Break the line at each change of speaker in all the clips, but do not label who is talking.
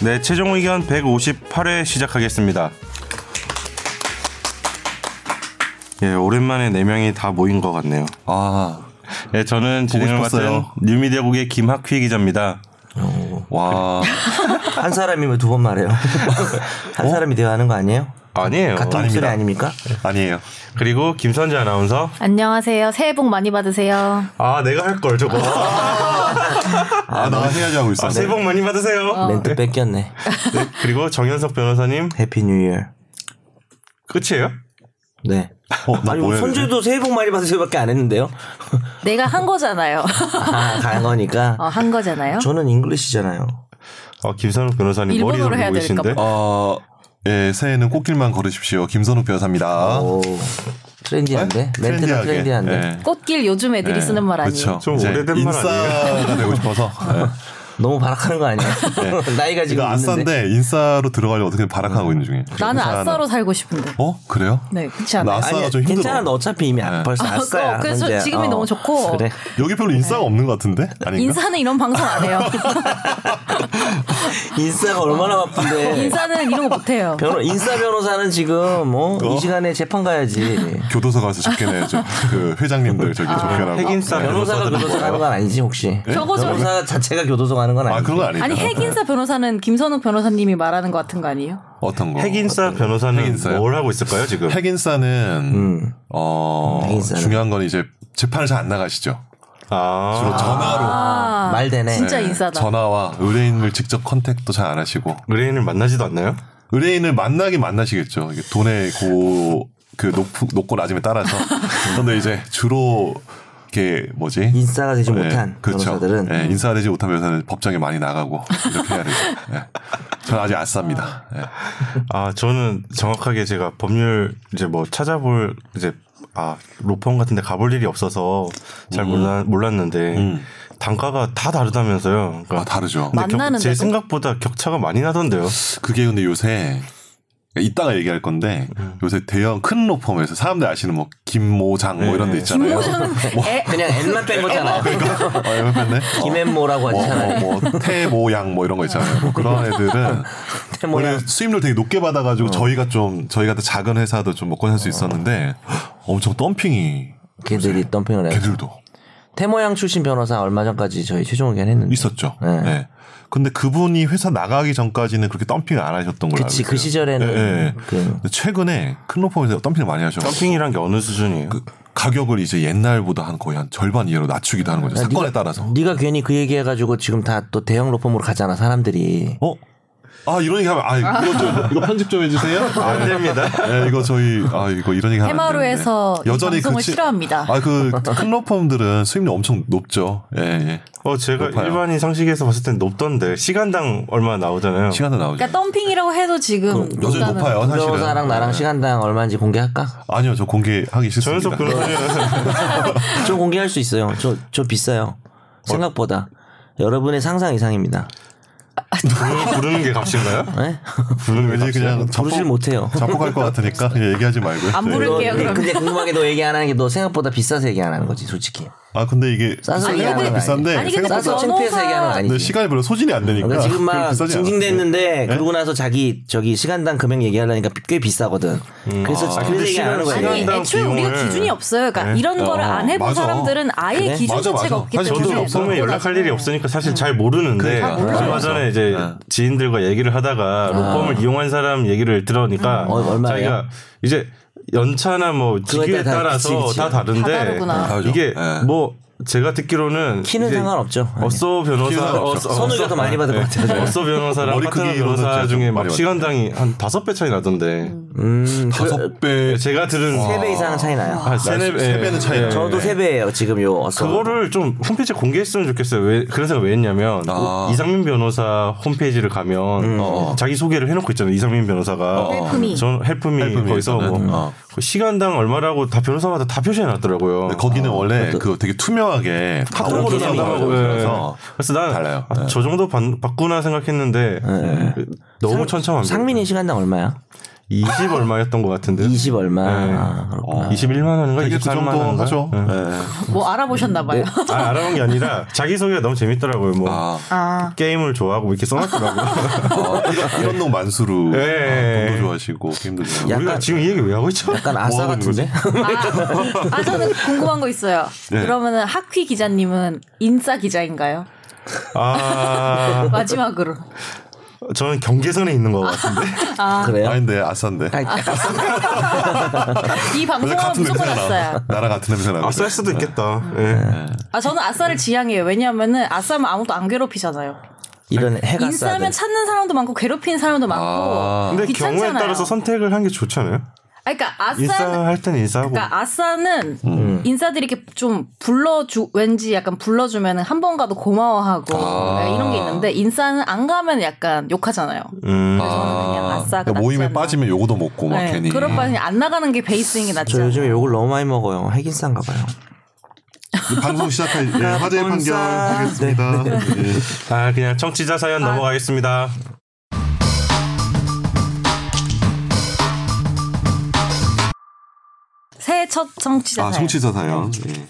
네, 최종 의견 158회 시작하겠습니다. 예, 오랜만에 네 명이 다 모인 것 같네요.
아,
예, 저는 진행을 맡은
싶었어요.
뉴미디어국의 김학휘 기자입니다.
와.
한 사람이면 두 번 말해요. 한 사람이 대화하는 거 아니에요?
어, 아니에요.
같은 목소리 아닙니까?
아니에요. 그리고 김선재 아나운서.
안녕하세요. 새해 복 많이 받으세요.
아, 내가 할 걸 저거.
아, 나 해야지 하고 있어.
아, 새해 복 많이 받으세요.
멘트 뺏겼네.
네, 그리고 정현석 변호사님
해피 뉴 이어.
끝이에요?
네.
어, 나
아니
뭐야?
선주도 새해 복 많이 받으세요밖에 안 했는데요.
내가 한 거잖아요.
아, 간 거니까.
어, 한 거잖아요.
저는 잉글리시잖아요.
어, 김선욱 변호사님 머리
일본어로
돌리고
해야 될까
계신데.
어, 예, 새해에는 꽃길만 걸으십시오. 김선욱 변호사입니다.
오. 트렌디한데?
아? 네?
어, 멘트가
트렌디하게.
트렌디한데.
예.
꽃길 요즘 애들이 쓰는 말 아니에요.
그렇죠.
좀 오래된 말
인싸가 되고 싶어서. 예.
너무 발악하는 거 아니야? 나이가 지금
이거
있는데.
아싸인데 인싸로 들어가려고 어떻게 발악하고 있는 중이에요.
나는
인싸 하나.
아싸로 살고 싶은데.
어? 그래요?
네, 그렇지
나
않아요.
아싸가
아니,
좀 힘들어.
괜찮아. 너 어차피 이미 아- 벌써
아,
아싸야.
그거- 그래서
현재. 어.
지금이 너무 좋고.
그래.
여기 별로 인싸가 없는 것 같은데? 아닌가?
네. 인사는 이런 방송 안 해요.
인싸가 얼마나 바쁜데.
인사는 이런 거 못 해요.
그-
변호, 인싸 변호사는 지금 어? 이 시간에 재판 가야지.
교도소 가서 접견해야죠. 그 회장님들 저기 접견하고. 네.
핵인싸
변호사가
변호사들은
교도소 가는 건 아니지 혹시?
저거 좀-
변호사 자체가 교도소 가는 건
아,
아니지.
그런 건 아니에요.
아니 핵인사 변호사는 김선욱 변호사님이 말하는 것 같은 거 아니에요?
어떤 거?
핵인싸 변호사는
핵인싸요?
뭘 하고 있을까요 지금?
핵인싸는 어
핵인싸는.
중요한 건 이제 재판을 잘 안 나가시죠.
아,
주로 전화로
아,
말 되네.
진짜
네,
인싸다.
전화와 의뢰인을 직접 컨택도 잘 안 하시고
의뢰인을 만나지도 않나요?
의뢰인을 만나긴 만나시겠죠. 이게 돈의 고그 높고 높고 낮음에 따라서. 근데 이제 주로 이렇게 뭐지?
인싸가 되지
네,
못한
그렇죠.
변호사들은 음.
네, 인싸가 되지 못한 변호사는 법정에 많이 나가고 이렇게 해야 되죠. 네. 저는 아직 아싸입니다. 네.
아 저는 정확하게 제가 법률 이제 뭐 찾아볼 이제 아 로펌 같은데 가볼 일이 없어서
음.
잘 몰라, 몰랐는데 단가가 다 다르다면서요. 그러니까
아 다르죠.
마-
근데 격-
만나는
제
데도?
생각보다 격차가 많이 나던데요.
그게 근데 요새 이따가 얘기할 건데
음.
요새 대형 큰 로펌에서 사람들 아시는 뭐 김모장 뭐
네.
이런 데 있잖아요.
에?
그냥 N만 뺀 거잖아.
아, 이거 뺐네.
김앤모라고 하잖아요.
뭐, 뭐, 태모양 뭐 이런 거 있잖아요. 뭐 그런 애들은
태모양.
어, 원래 수입률 되게 높게
어.
받아가지고 저희가 좀 저희 같은 작은 회사도 좀 먹고 살 수 있었는데 엄청 덤핑이
걔들이 덤핑을 해요.
걔들도
태모양 출신 변호사 얼마 전까지 저희 최종 의견 했는데.
있었죠. 예.
네.
근데 그분이 회사 나가기 전까지는 그렇게 덤핑을 안 하셨던 걸로
그치
알고 있어요.
그 시절에는
예, 예.
그
근데 최근에 큰 로펌에서 덤핑을 많이 하셔.
점핑이란 게 어느 수준이에요?
그 가격을 이제 옛날보다 한 거의 한 절반 이하로 낮추기도 하는
아,
거죠. 사건에 따라서.
네가 괜히 그 얘기해가지고 지금 다 또 대형 로펌으로 가잖아 사람들이.
어? 아 이런 얘기 하면 아 이거 좀 이거 편집 좀 해주세요. 안 됩니다. 네, 이거 저희 아 이거 이런 얘기 하면 안
해마루에서
되는데. 그
이 방송을 싫어합니다.
아그큰 로펌들은 수입률 엄청 높죠. 예 예.
어 제가
높아요.
일반인 상식에서 봤을 땐 높던데 시간당 얼마 나오잖아요.
시간도 나오죠.
그러니까 덤핑이라고 해도 지금
여전히
일단은-
높아요 사실은. 네.
변호사랑 나랑 시간당 얼마인지 공개할까?
아니요 저 공개하기
전현석
싫습니다. 네,
변호사님
좀 공개할 수 있어요. 저, 저 비싸요. 생각보다. 여러분의 상상 이상입니다.
부르는 게 값인가요?
네?
부르는 게
왠지 그냥
부르질
뭐
못해요.
자폭할 것 같으니까 그냥 얘기하지 말고요.
안
네.
부를게요
근데-
그러면.
근데 궁금하게 너 얘기 안 하는 게 너 생각보다 비싸서 얘기 안 하는 거지 솔직히.
아 근데 이게
싼 소리
생각보다
하는 거
비싼데
아니, 근데
생각보다
싸서 창피해서 얘기하는 건
근데
아니지.
시간이 별로 소진이 안 되니까
그러니까 지금
별로
막
비싸지 않아요.
네.
징징댔는데 그러고 나서 자기 저기 시간당 금액 얘기하려니까 꽤 비싸거든. 그래서
아,
그래서
근데
얘기 안 하는
시간-
거야.
아니
이게.
시간당
애초에 우리가
비용을-
기준이 없어요. 그러니까
네.
이런 거를
어,
안 해본
맞아.
사람들은 아예
그래?
기준
맞아,
자체가
맞아.
없기
사실
때문에
기준이
저도
없어.
뭐
처음에 연락할 일이 없으니까
음.
사실 잘 모르는데 음.
그러니까. 아.
얼마 전에 이제 지인들과 얘기를 하다가 로펌을 이용한 사람 얘기를 들으니까
아. 어, 얼마예요?
자기가 이제 연차나 뭐 직위에
따라-
따라서
그치, 그치.
다
다
다른데
다르구나.
다르죠.
이게
예.
뭐 제가 듣기로는
키는
이제
상관없죠.
어쏘
키는
변호사
상관없죠.
어쏘-
선우가 더 많이 받을 것 같아요.
네. 어쏘 변호사랑
머리
파트너
크기 이런
변호사
것도
중에
좀
막
많이
시간당이 한 다섯 배 차이 나던데
음, 어. 아,
다섯 배
제가 들은
세 배 이상은 차이 나요.
한 어. 아, 세네 배-
세 배는 차이
예.
나요.
저도 세 배예요 지금 요 어서.
그거를 좀 홈페이지 에 공개했으면 좋겠어요. 왜 그런 생각 왜 했냐면 뭐
아. 음.
이상민 변호사 홈페이지를 가면
어.
자기 소개를 해놓고 있잖아요. 이상민 변호사가
헬프미.
전 헬프미,
헬프미
거기서 뭐
있잖아요. 어.
그 시간당 얼마라고 다 변호사마다 다 표시해놨더라고요. 아,
근데 네,
아,
거기는 원래 그 되게 투명하게 아, 네.
카톡으로
그렇게
상담하고
생각하고
그래서
그래서
그래서 난저
달라요. 네.
정도 받, 받구나 생각했는데 너무 천참합니다.
상민이 시간당 얼마야?
20 얼마였던 것 같은데.
20 얼마.
네.
아, 그렇구나.
21만 원인가?
되게 그
24만
정도
원인가?
하죠. 네.
예.
뭐 알아보셨나 봐요.
아, 알아본 게 아니라 자기 소개가 너무 재밌더라고요. 뭐
아,
아
게임을 좋아하고 뭐 이렇게 써놨더라고요.
아, 이런- 이런 놈 만수루.
예.
아, 돈도 좋아하시고 게임도 좋아하고.
우리가
약간-
지금 이 얘기 왜 하고 있죠?
약간
뭐
아싸
하는 거지?
같은데?
아, 아, 저는 궁금한 거 있어요.
네.
그러면은 하퀴 기자님은 인싸 기자인가요?
아,
마지막으로.
저는 경계선에 있는 것 같은데.
그래요?
아닌데 아싼데.
아, 약간
근데
이 방송하면 무조건
나.
아싸야.
나랑 같은 냄새 나.
아싸일 수도 있겠다. 예.
아 저는 아싸를 지향해요. 왜냐하면은 아싸면 아무도 안 괴롭히잖아요.
이런 해가
인싸면
싸든.
찾는 사람도 많고 괴롭히는 사람도 많고.
아.
근데
귀찮잖아요.
경우에 따라서 선택을 한 게 좋잖아요.
아니, 그러니까 아싸는
인싸 할 때는 인싸하고.
그러니까 아싸는 인싸들이 이렇게 좀 불러주 왠지 약간 불러주면 한 번 가도 고마워하고
아.
네, 이런 게 있는데 인싸는 안 가면 약간 욕하잖아요.
음.
그래서 저는 그냥 아싸가
그러니까 모임에
낫지 않나.
빠지면 요거도 먹고 막
네,
뭐 괜히. 음.
그럴 바에 그냥 안 나가는 게 베이스인 게 낫지.
저
않나.
요즘에 욕을 너무 많이 먹어요. 핵인싸인가 봐요.
방송 시작할 예,
아,
화제의
네.
판결
본사.
하겠습니다. 예.
아 그냥 청취자 사연 넘어가겠습니다.
새해 첫 청취자
아,
사연.
성취자 사연.
네.
예.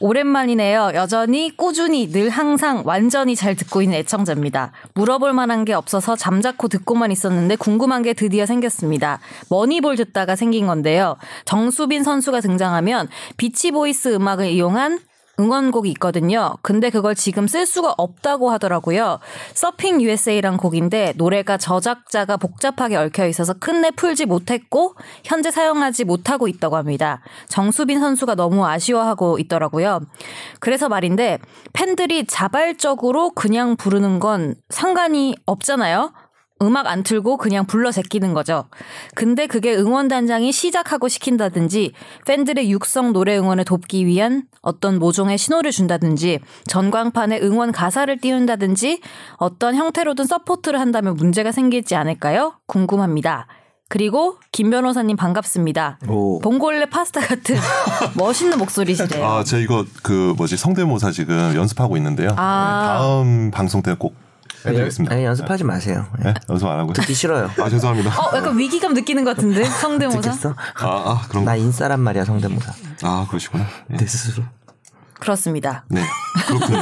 오랜만이네요. 여전히 꾸준히 늘 항상 완전히 잘 듣고 있는 애청자입니다. 물어볼 만한 게 없어서 잠자코 듣고만 있었는데 궁금한 게 드디어 생겼습니다. 머니볼 듣다가 생긴 건데요. 정수빈 선수가 등장하면 비치보이스 음악을 이용한 응원곡이 있거든요. 근데 그걸 지금 쓸 수가 없다고 하더라고요. 서핑 USA란 곡인데 노래가 저작자가 복잡하게 얽혀 있어서 큰내 풀지 못했고 현재 사용하지 못하고 있다고 합니다. 정수빈 선수가 너무 아쉬워하고 있더라고요. 그래서 말인데 팬들이 자발적으로 그냥 부르는 건 상관이 없잖아요. 음악 안 틀고 그냥 불러 제끼는 거죠. 근데 그게 응원단장이 시작하고 시킨다든지 팬들의 육성 노래 응원을 돕기 위한 어떤 모종의 신호를 준다든지 전광판에 응원 가사를 띄운다든지 어떤 형태로든 서포트를 한다면 문제가 생기지 않을까요? 궁금합니다. 그리고 김 변호사님 반갑습니다.
오.
봉골레 파스타 같은 멋있는 목소리시래요.
아, 제 이거 그 뭐지 성대모사 지금 연습하고 있는데요.
아. 네.
다음 방송 때 꼭
네,
해드리겠습니다.
아니, 연습하기 마세요. 예.
예? 연습 안 하고요.
듣기 싫어요.
아 죄송합니다.
어, 약간 위기감 느끼는 것 같은데 성대모사.
듣겠어?
아, 아 그런
나 인싸란 말이야, 성대모사.
아 그러시구나. 예.
내 스스로.
그렇습니다.
네 그렇군요.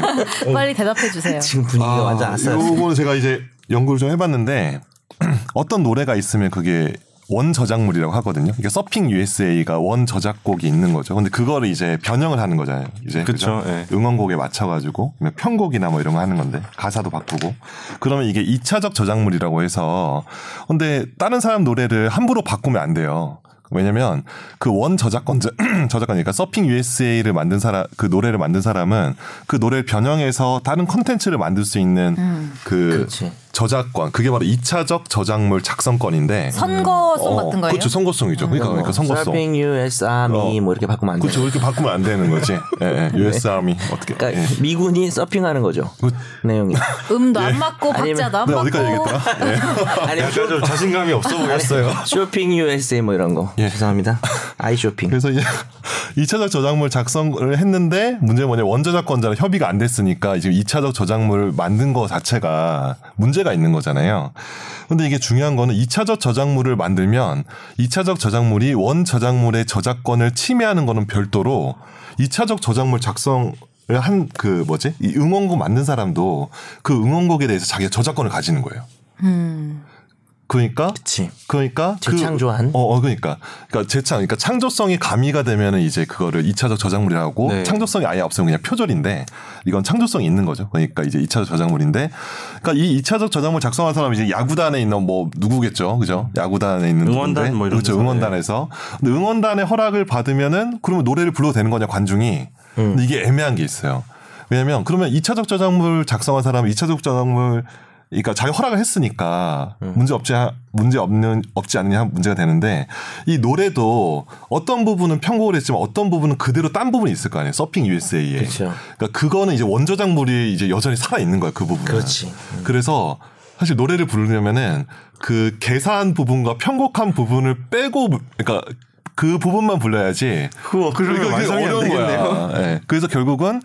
어.
빨리 대답해 주세요.
지금 분위기가
아,
완전 아싸였어요.
요거는 제가 이제 연구를 좀 해봤는데 어떤 노래가 있으면 그게 원 저작물이라고 하거든요. 이게 서핑 USA가 원 저작곡이 있는 거죠. 근데 그거를 이제 변형을 하는 거잖아요. 이제
그쵸,
그죠?
예.
응원곡에 맞춰가지고 그냥 편곡이나 뭐 이런 거 하는 건데 가사도 바꾸고 그러면 이게 2차적 저작물이라고 해서 근데 다른 사람 노래를 함부로 바꾸면 안 돼요. 왜냐면 그 원 저작권 저작권이니까 그러니까 서핑 USA를 만든 사람 그 노래를 만든 사람은 그 노래를 변형해서 다른 컨텐츠를 만들 수 있는
음.
그
그렇지.
저작권 그게 바로 2차적 저작물 작성권인데
선거송 같은 거예요?
그렇죠. 선거송이죠. 그러니까, 그러니까 선거송.
음. 서핑 US 아미
어.
뭐 이렇게 바꾸면 안 돼.
그렇죠.
요
이렇게 바꾸면 안 되는 거지. 예, 예. US 아미 어떻게?
네. 그러니까
예.
미군이 서핑하는 거죠. 내용이.
음도 안 맞고
아니면-
박자도 안
네,
맞고
어디까지 아, 네. 얘기했더라? 예.
아니
약간 좀 자신감이 없어 보였어요.
쇼핑 USA 뭐 이런 거.
예.
죄송합니다. 아이 쇼핑.
그래서 이제 2차적 저작물 작성을 했는데 문제는 뭐냐 원저작권자랑 협의가 안 됐으니까 지금 2차적 저작물을 만든 거 자체가 문제가 있는 거잖아요. 근데 이게 중요한 거는 2차적 저작물을 만들면 2차적 저작물이 원저작물의 저작권을 침해하는 거는 별도로 2차적 저작물 작성 을 한 그 뭐지 이 응원곡 만든 사람도 그 응원곡에 대해서 자기가 저작권을 가지는 거예요. 음. 그러니까
그치.
그러니까 그-
재창조한?
어, 어 그러니까 그러니까 재창 그러니까 창조성이 가미가 되면은 이제 그거를 2차적 저작물이라고
네.
창조성이 아예 없으면 그냥 표절인데 이건 창조성이 있는 거죠. 그러니까 이제 2차적 저작물인데 그러니까 이 2차적 저작물 작성한 사람이 이제 야구단에 있는 뭐 누구겠죠. 그죠? 야구단에 있는
응원단
누군데?
뭐 이런
그렇죠.
데서,
응원단에서 근데 응원단의 허락을 받으면은 그러면 노래를 불러도 되는 거냐 관중이.
음.
근데 이게 애매한 게 있어요. 왜냐면 그러면 2차적 저작물 작성한 사람은 2차적 저작물 그러니까 자기 허락을 했으니까
음.
문제 없지 하- 문제 없는 없지 않느냐 문제가 되는데 이 노래도 어떤 부분은 편곡을 했지만 어떤 부분은 그대로 딴 부분이 있을 거 아니에요. 서핑 USA에.
그쵸.
그러니까 그거는 이제 원저작물이 이제 여전히 살아 있는 거야 그 부분.
그렇지.
그래서 사실 노래를 부르려면은 그 계산 부분과 편곡한 부분을 빼고 그러니까 그 부분만 불러야지.
어, 뭐, 그거 그러면
그러니까 그게
완성이 안
어려운
되겠네요.
거야. 예. 그래서 결국은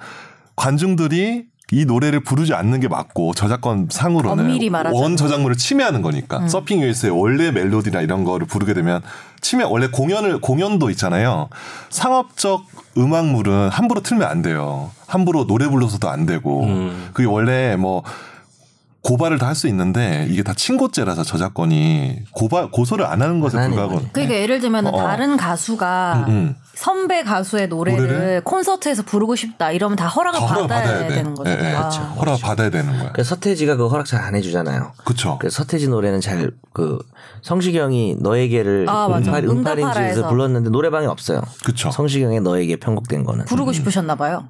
관중들이 이 노래를 부르지 않는 게 맞고 저작권 상으로는
엄밀히 말하자면. 음.
원 저작물을 침해하는 거니까 서핑 US의 원래 멜로디나 이런 거를 부르게 되면 침해 원래 공연을 공연도 있잖아요 상업적 음악물은 함부로 틀면 안 돼요 함부로 노래 불러서도 안 되고
음.
그게 원래 뭐 고발을 다 할 수 있는데 이게 다 친고죄라서 저작권이 고발 고소를 안 하는 것에
안 하는
불과하거든요.
거지.
그러니까 예를 들면
어.
다른 가수가
음, 음.
선배 가수의 노래를,
노래를?
콘서트에서 부르고 싶다 이러면 다 허락을
허락
받아야,
받아야 돼.
되는 거죠.
예, 예.
아.
허락 받아야 되는 거야.
그 서태지가 그 허락 잘 안 해주잖아요.
그쵸.
그 서태지 노래는 잘 그 성시경이 너에게를
아, 맞아.
응팔,
응답하라에서.
응팔인지에서 불렀는데 노래방에 없어요.
그쵸.
성시경의 너에게 편곡된 거는
음,
부르고 싶으셨나 봐요.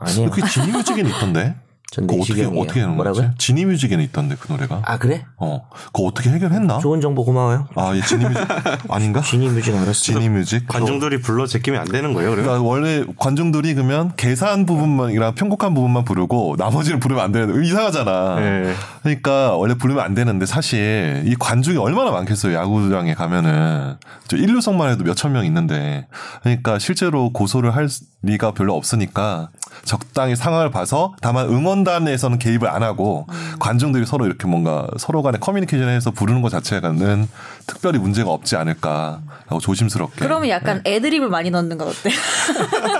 아니요.
그게 지니뮤직에는 있던데.
전
그거 어떻게
내시경이에요.
어떻게 하는 거지?
뭐라고요?
지니뮤직에는 있던데 그 노래가.
아 그래?
어, 그거 어떻게 해결했나?
좋은 정보 고마워요.
아, 이 지니뮤직 아닌가?
지니 뮤직 알았어.
지니뮤직.
관중들이 불러 제끼면 안 되는 거예요. 그러면
그러니까 원래 관중들이 그러면 계산 부분만이랑 편곡한 부분만 부르고 나머지를 부르면 안 되는 이상하잖아.
예.
그러니까 원래 부르면 안 되는데 사실 이 관중이 얼마나 많겠어요 야구장에 가면은 저 인류석만 해도 몇천 명 있는데 그러니까 실제로 고소를 할 리가 별로 없으니까 적당히 상황을 봐서 다만 응원단에서는 개입을 안 하고 관중들이 서로 이렇게 뭔가 서로 간에 커뮤니케이션을 해서 부르는 것 자체가는 특별히 문제가 없지 않을까라고 조심스럽게
그러면 약간
네.
애드립을 많이 넣는 건 어때요?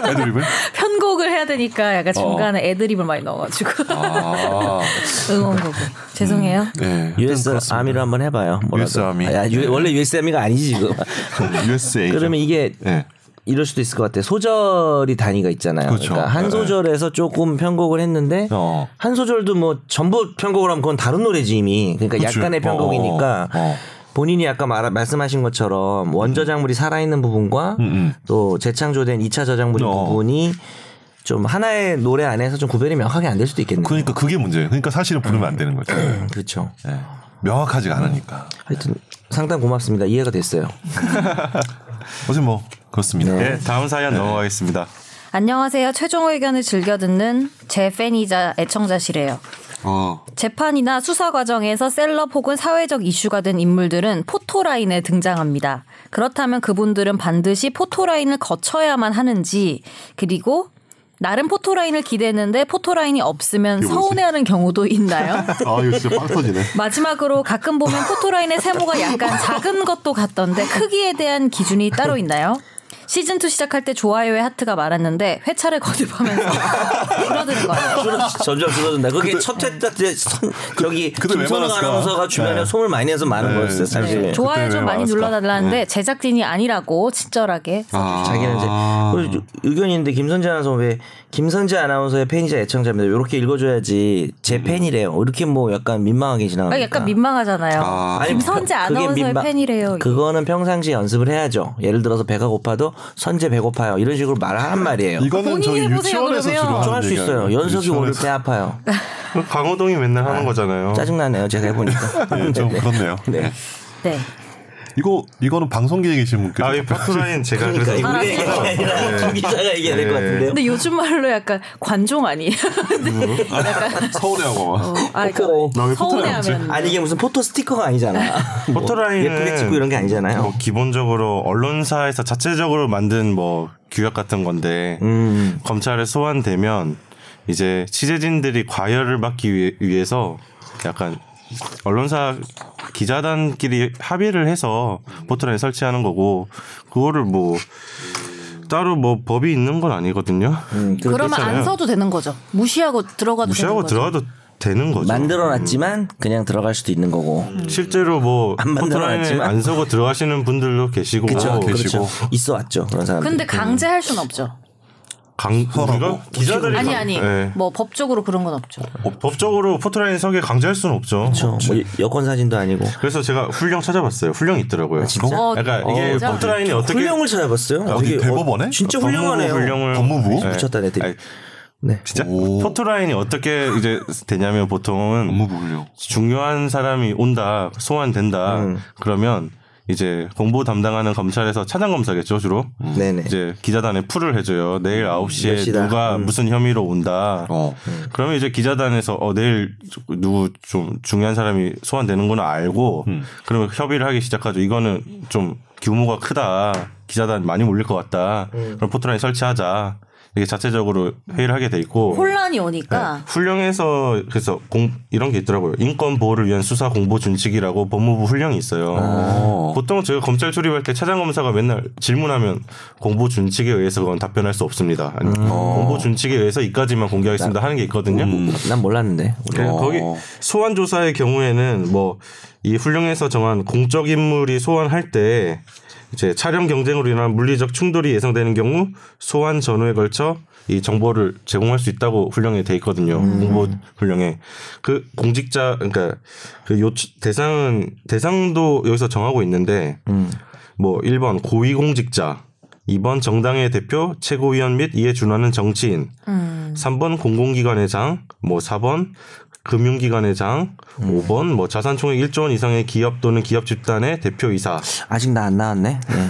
애드립을
편곡을 해야 되니까 약간 중간에 애드립을 많이 넣어가지고
어. 아, 그러니까.
응원곡을 죄송해요.
예.
US 아미로 한번 해봐요. 뭐라도.
US 아미.
아, 야, 유- 원래 US 아미가 아니지 지금.
USA. 죠.
그러면 이게
예.
이럴 수도 있을 것 같아요. 소절이 단위가 있잖아요.
그렇죠.
그러니까 한
네.
소절에서 조금 편곡을 했는데
어.
한 소절도 뭐 전부 편곡을 하면 그건 다른 노래지 이미. 그러니까
그치.
약간의 편곡이니까
그렇죠. 어, 어, 어.
본인이 아까 말, 말씀하신 것처럼 원저작물이 살아있는 부분과
음.
또 재창조된 2차 저작물
어.
부분이 좀 하나의 노래 안에서 좀 구별이 명확하게 안 될 수도 있겠네요.
그러니까 그게 문제예요. 그러니까 사실은 부르면 안 되는 거죠.
그렇죠.
예. 명확하지가 않으니까.
하여튼 상담 고맙습니다. 이해가 됐어요.
어제 뭐 그렇습니다.
네, 다음 사연 넘어가겠습니다.
안녕하세요. 최종 의견을 즐겨 듣는 제 팬이자 애청자시래요.
어.
재판이나 수사 과정에서 셀럽 혹은 사회적 이슈가 된 인물들은 포토라인에 등장합니다. 그렇다면 그분들은 반드시 포토라인을 거쳐야만 하는지, 그리고 나름 포토라인을 기대했는데 포토라인이 없으면 서운해하는 경우도 있나요?
아 이거 진짜 빵 터지네.
마지막으로 가끔 보면 포토라인의 세모가 약간 작은 것도 같던데 크기에 대한 기준이 따로 있나요? 시즌2 시작할 때 좋아요의 하트가 많았는데 회차를 거듭하면서 줄어드는 거 아니에요?
점점 줄어든다. 그게 첫 회차 때 손- 저기
그때 왜
김선호
많았을까?
아나운서가 주변에
네.
손을 많이 내서 많은
네.
거였어요.
네,
사실.
좋아요
그때
좀
왜
많이
많았을까?
눌러달라는데 제작진이 아니라고 친절하게
자기는 이제 그리고 의견인데 김선재 아나운서 왜 김선재 아나운서의 팬이자 애청자입니다. 이렇게 읽어줘야지
음.
제 팬이래요. 이렇게 뭐 약간 민망하게
아,
지나가니까.
약간 민망하잖아요.
아니,
김선재
그- 그게
아나운서의
민망-
팬이래요.
그거는 평상시 연습을 해야죠. 예를 들어서 배가 고파도 선재 배고파요. 이런 식으로 말하란 말이에요.
이거는
본인이
저희
해보세요,
유치원에서
그러면.
주로 하는
걱할수
얘기야.
있어요. 연석이 오를
유치원에서.
때 아파요.
그 강호동이 맨날 하는 거잖아요.
짜증나네요. 제가 해보니까.
예, 좀 그렇네요.
네.
네.
이거 이거는 방송계에 계신 분께서
아, 이 파크라인 제가 그래서
그러니까 우리 얘기가
이거
아니라 김 기자가 얘기해야 될 것
네.
같은데요.
근데 요즘 말로 약간 관종 아니에요?
서운해하고
어,
막.
아,
포토.
그러니까 서운해하면
아니 이게 무슨 포토 스티커가 아니잖아. 뭐
포토라인은
예쁘게 찍고 이런 게 아니잖아요.
뭐 기본적으로 언론사에서 자체적으로 만든 뭐 규약 같은 건데
음.
검찰에 소환되면 이제 취재진들이 과열을 막기 위- 위해서 약간 언론사 기자단끼리 합의를 해서 포털에 설치하는 거고 그거를 뭐 따로 뭐 법이 있는 건 아니거든요.
음.
그러면 안
그렇잖아요.
써도 되는 거죠. 무시하고 들어가도
무시하고
되는 거죠.
들어가도 되는 거죠.
만들어놨지만 그냥 들어갈 수도 있는 거고.
실제로 뭐
안
포털에
만들어놨지만.
안 서고 들어가시는 분들도 아, 계시고
그렇죠.
계시고.
그렇죠. 있어 왔죠 그런 사람들.
근데 강제할 순 없죠.
강
서라고.
우리가 기자들이
아니
강-
아니
예.
뭐 법적으로 그런 건 없죠.
어, 법- 법적으로 포털라인 서게 강제할 수는 없죠.
그렇죠. 뭐 여권 사진도 아니고.
그래서 제가 훈령 찾아봤어요. 훈령이 있더라고요.
진짜?
어, 약간
어,
이게
진짜?
포털라인이 어떻게
훈령을 찾아봤어요.
어디
되게
대법원에?
진짜
법무부
훌륭하네요.
훈령을
법무부?
네.
미쳤다, 애들이.
아니,
네.
진짜 포토라인이 어떻게 이제 되냐면 보통은
업무 분류.
중요한 사람이 온다 소환된다
음.
그러면 이제 공보 담당하는 검찰에서 차장 검사겠죠 주로 음,
네네.
이제 기자단에 풀을 해줘요 내일 9시에
시다.
누가 무슨 혐의로 온다
어.
그러면 이제 기자단에서 어 내일 누구 좀 중요한 사람이 소환되는구나 알고 그러면 협의를 하기 시작하죠. 이거는 좀 규모가 크다. 기자단 많이 몰릴 것 같다. 그럼 포토라인 설치하자. 이게 자체적으로 회의를 하게 돼 있고 네.
혼란이
네.
오니까
훈령에서 그래서 공 이런 게 있더라고요. 인권 보호를 위한 수사 공보 준칙이라고 법무부 훈령이 있어요.
아.
어.
보통 제가 검찰 출입할 때 차장 검사가 맨날 질문하면 공보 준칙에 의해서 그건 답변할 수 없습니다. 아니면 공보 준칙에 의해서 이까지만 공개하겠습니다 하는 게 있거든요.
난 몰랐는데.
네,
어.
거기 소환 조사의 경우에는 뭐 이 훈령에서 정한 공적 인물이 소환할 때 이제 촬영 경쟁으로 인한 물리적 충돌이 예상되는 경우 소환 전후에 걸쳐 이 정보를 제공할 수 있다고 훈령에 돼 있거든요. 공보 훈령에 그 공직자 그러니까 그 요청 대상은 대상도 여기서 정하고 있는데 뭐 1번 고위공직자 2번 정당의 대표, 최고위원 및 이에 준하는 정치인, 3번 공공기관의 장, 뭐 4번 금융기관의 장,
음.
5번 뭐 자산총액 1조 원 이상의 기업 또는 기업 집단의 대표이사.
아직 나 안 나왔네. 네.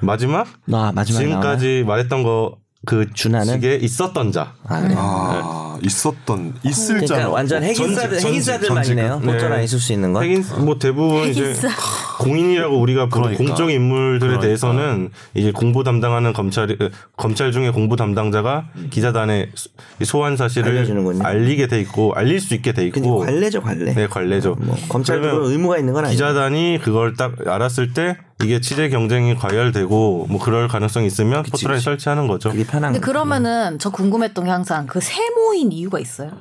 마지막
나 마지막
지금까지 말했던 거 그
준하는?
게 있었던 자.
나오네. 아, 그래.
아, 있었던 있을
그러니까
자
완전 핵인사들
전직,
핵인사들만
전직,
있네요.
네.
보통 안 있을 수 있는 건.
하긴 뭐 대부분 이제
핵인싸.
공인이라고 우리가 부르는
그러니까.
공적 인물들에 대해서는 이제 공보 담당하는 검찰이 으, 검찰 중에 공보 담당자가 기자단에 소- 소환 사실을
알려주는군요.
알리게 돼 있고 알릴 수 있게 돼
근데
있고
관례죠 관례. 뭐
네 관례죠.
검찰도
그러면
그런 의무가 있는 건 아니죠.
기자단이 그걸 딱 알았을 때 이게 취재 경쟁이 과열되고 뭐 그럴 가능성이 있으면 포털에 설치하는 거죠.
그게 편한.
근데
거.
그러면은 저 궁금했던 게 항상 그 세모인 이유가 있어요.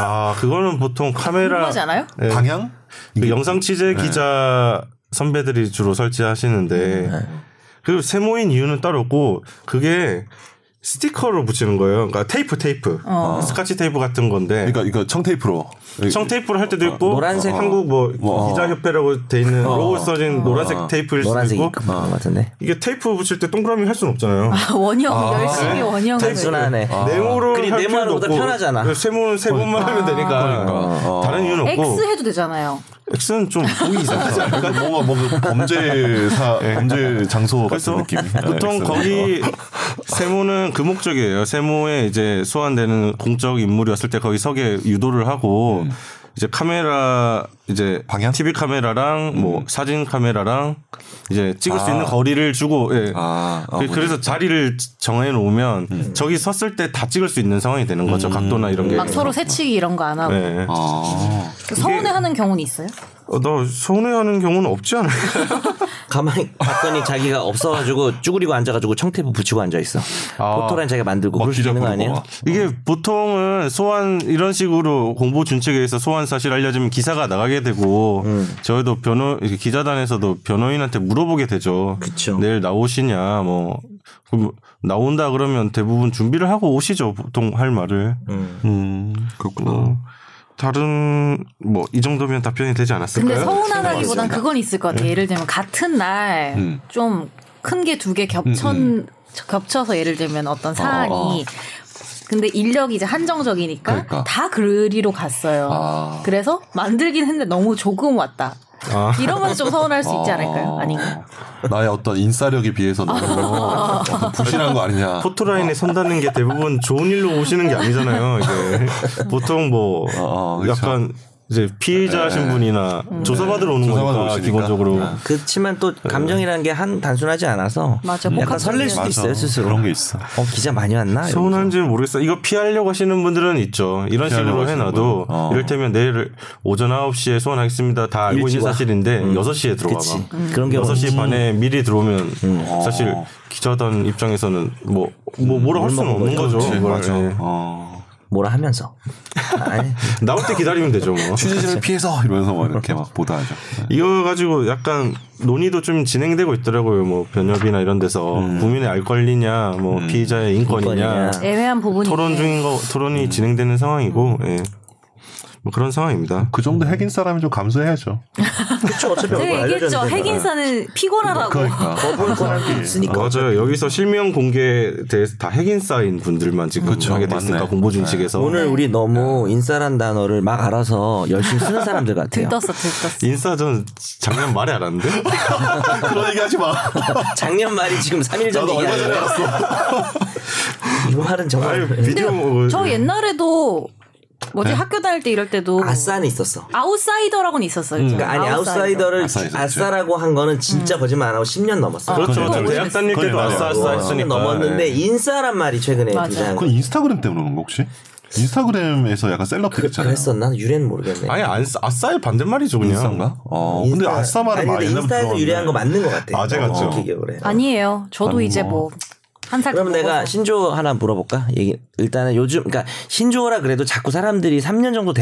아 그거는 보통 카메라
궁금하지 않아요?
네.
방향
그 영상 취재 기자 선배들이 주로 설치하시는데 그 세모인 이유는 따로 없고 그게 스티커로 붙이는 거예요. 그러니까 테이프 테이프
어.
스카치 테이프 같은 건데
그러니까 이거 청테이프로
청 테이프를 할 때도 있고
노란색.
한국 뭐
어.
기자 협회라고 돼 있는 로고 써진 노란색 테이프일 수도
어. 노란색이 어,
있고
있고 그런 것 같은데.
어,
이게 테이프 붙일 때 동그라미 할 수는 없잖아요.
원형 열심히 원형을
네. 단순하네.
아. 네모로
아. 그리
할 필요도
그러니까 네모하는보다
없고
편하잖아.
그 세모는 세 번만 하면 되니까 그러니까. 다른 이유는 없고
X 해도 되잖아요.
X는 좀 보기 이상하지 않아요?
뭔가 뭔가 범죄사
네.
범죄 장소 같은
그래서
느낌.
보통 거기 세모는 그 목적이에요. 세모에 이제 소환되는 공적 인물이었을 때 거기 서게 유도를 하고 이제 카메라 이제
방향?
TV 카메라랑 뭐 사진 카메라랑 이제 찍을 수 있는 거리를 주고 예.
아, 아,
그-
뭐지?
그래서 자리를 정해 놓으면 저기 섰을 때 다 찍을 수 있는 상황이 되는 거죠. 각도나 이런 게.
네.
막 서로 새치기 이런 거 안 하고
예.
아,
서운해하는 경우는 있어요?
어, 나 손해하는 경우는 없지 않을까?
가만히 봤더니 자기가 없어가지고 쭈그리고 앉아가지고 청테이프 붙이고 앉아 있어. 포토라인 자기가 만들고 그럴 수 있는 거 아니에요?
이게 보통은 소환 이런 식으로 공보 준칙에 의해서 소환 사실 알려지면 기사가 나가게 되고
음.
저희도 변호 이렇게 기자단에서도 변호인한테 물어보게 되죠.
그쵸.
내일 나오시냐 뭐 그럼 나온다 그러면 대부분 준비를 하고 오시죠. 보통 할 말을.
음, 그렇구나.
다른 뭐 이 정도면 답변이 되지 않았을까요?
근데 서운하다기보단 그건 있을 것 같아요. 예를 들면 같은 날
음.
좀 큰 게 두 개 겹천 겹쳐서 예를 들면 어떤 사안이 근데 인력이 이제 한정적이니까
그러니까.
다 그리로 갔어요.
아.
그래서 만들긴 했는데 너무 조금 왔다. 이러면 좀 서운할 수 있지 않을까요?
아.
아닌가?
나의 어떤 인싸력에 어, 비해서
아.
너무
부실한 거 아니냐?
포토라인에 선다는 게 대부분 좋은 일로 오시는 게 아니잖아요. 이게 보통 뭐
어, 어, 그쵸.
그렇죠.
약간 이제 피해자 신분이나 조사받으러 오는
네. 음. 조사받으러
거니까
오시니까. 네.
기본적으로
그렇지만 또 감정이라는 게 한 단순하지 않아서
맞아,
약간 설렐
복합적이에요.
수도 있어요 스스로.
그런 게 있어.
어 기자 많이 왔나?
서운한지는 모르겠어. 이거 피하려고 하시는 분들은 있죠. 이런
그렇죠. 피하려고
식으로
하시는
해놔도
분은. 어.
이를테면 내일 오전 9시에 소환하겠습니다. 다 알고 있는
일찍 와.
사실인데
음.
6시에 들어와
그치.
봐.
음. 그런 경우
6시
있지.
반에 미리 들어오면
음.
사실 기자단 입장에서는 뭐, 뭐 뭐라
음.
할 수는 없는
그렇죠.
거죠. 그걸. 예.
어.
뭐라 하면서. 아니,
나올 때 기다리면 되죠. 뭐.
취재진을 피해서 이러면서
뭐
막 이렇게 막 보도하죠. 네.
이거 가지고 약간 논의도 좀 진행되고 있더라고요. 뭐 변협이나 이런 데서 국민의 알 권리냐, 뭐 피의자의 인권이냐,
인권이냐.
애매한 부분이
토론
있네.
중인 거 토론이 진행되는 상황이고, 예. 뭐 그런 상황입니다.
그 정도 핵인 사람이 좀 감수해야죠.
그쵸 어차피 얼굴
제가 얘기했죠.
뭐 알려줬는데.
네, 핵인싸는
네,
피곤하다고.
그러니까. 어, 뭐
거부할 거라는 게 있으니까.
맞아요. 여기서 실명 공개에 대해서 다 핵인싸인 분들만 지금 하게 됐으니까
맞네.
공보 준칙에서
오늘 우리 너무
네.
인싸란 단어를 막 알아서 열심히 쓰는 사람들 같아요.
들떴어, 들떴어.
인싸 전 작년 말에 알았는데
그런 얘기 하지 마.
작년 말이 지금 3일 전
나도
얘기
얼마 전에
아니에요?
알았어.
이 말은 정말
아니, 비디오 뭐
저 옛날에도 뭐지 학교 다닐 때 이럴 때도
아싸는 있었어.
아웃사이더라고는 있었어요.
그러니까 아니 아웃사이더를 음.
아싸 있었죠.
아싸라고 한 거는 진짜 거짓말 안 하고 10년 넘었어.
그렇죠. 그렇죠.
그거
대학
모르겠어요.
다닐 때도
그건
아싸 아싸
맞아요.
했으니까.
넘었는데
예.
인싸란 말이 최근에
맞아요.
등장한 거.
그건 인스타그램 때문에 그런 거 혹시? 인스타그램에서 약간 셀럽들
그,
있잖아요.
그랬었나? 유래는 모르겠네.
아니 안- 아싸의 반대말이죠 그냥.
인스타인가? 어,
인스타-
근데 아싸 말은
아니
많이
근데 인스타에서 유래한 거 맞는 것 같아. 어,
아재 같죠?
정확히 기억을 해.
에요 저도 이제 뭐 한살
음. 그럼 내가 신조어 하나 물어볼까? 얘기- 일단은 요즘 그러니까 신조어라 그래도 자꾸 사람들이 3년 정도